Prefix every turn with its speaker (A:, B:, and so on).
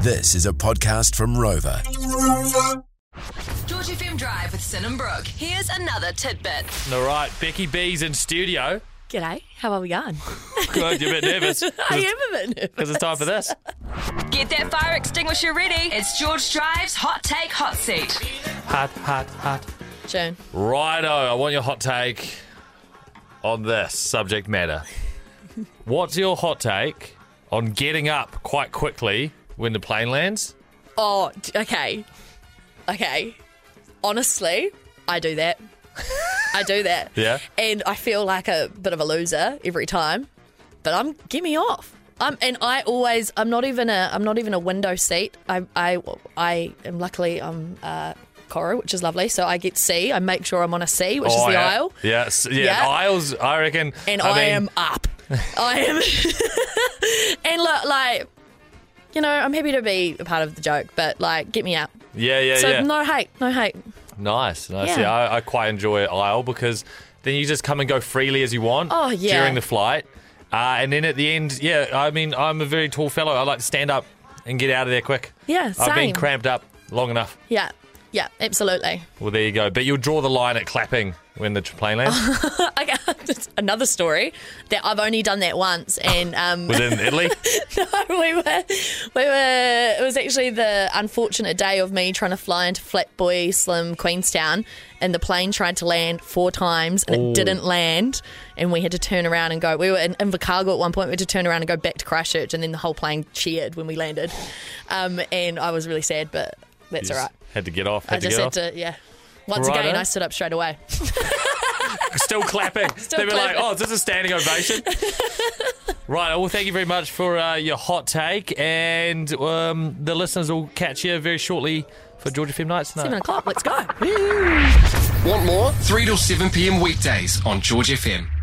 A: This is a podcast from Rover.
B: George FM Drive with Sin and Brooke. Here's another tidbit.
C: All right, Becky B's in studio.
D: G'day, how are we going?
C: Good, you're a bit nervous
D: I am a bit nervous.
C: because it's time for this.
B: Get that fire extinguisher ready. It's George Drive's Hot Take Hot Seat.
C: Hot, hot, hot.
D: June.
C: Righto, I want your hot take on this subject matter. What's your hot take on getting up quite quickly when the plane lands?
D: Oh, d- okay. Okay. Honestly, I do that. I do that.
C: Yeah.
D: And I feel like a bit of a loser every time. But I'm get me off. I'm and I always I'm not even a I'm not even a window seat. I I I am luckily I'm uh Cora, which is lovely. So I get C. I make sure I'm on a C, which is the
C: Oh, yeah.
D: aisle.
C: Yeah, s- yeah,
D: Yeah.
C: aisles, I reckon.
D: and
C: I,
D: I,
C: mean,
D: am up. I am, and look, like, you know, I'm happy to be a part of the joke, but like, get me out.
C: Yeah, yeah,
D: So
C: yeah.
D: no hate, no hate.
C: Nice, nice. Yeah,
D: Yeah.
C: I, I quite enjoy aisle because then you just come and go freely as you want
D: Oh, yeah.
C: during the flight. Uh, and then at the end, yeah, I mean, I'm a very tall fellow. I like to stand up and get out of there quick.
D: Yeah,
C: I've been
D: same.
C: cramped up long enough.
D: Yeah, yeah, absolutely.
C: Well, there you go. But you'll draw the line at clapping when the plane
D: Oh.
C: lands
D: Okay, that's another story that I've only done that once, and um,
C: within Italy.
D: we were, we were. It was actually the unfortunate day of me trying to fly into Flatboy Slim Queenstown, and the plane tried to land four times, and
C: Oh.
D: it didn't land, and we had to turn around and go. We were in Invercargill at one point. We had to turn around and go back to Christchurch, and then the whole plane cheered when we landed, um, and I was really sad, but that's
C: Just
D: all right.
C: Had to get off. Had
D: I
C: to
D: just
C: get
D: had
C: off.
D: to, yeah. Once
C: Righto.
D: again, I stood up straight away.
C: Still clapping.
D: Still
C: they were like,
D: clapping.
C: "Oh, is this a standing ovation?" right. Well, thank you very much for uh, your hot take, and um, the listeners will catch you very shortly for Georgia Fem Nights tonight.
D: Seven o'clock. Let's go.
E: Want more? 3 till 7 p.m. weekdays on George FM.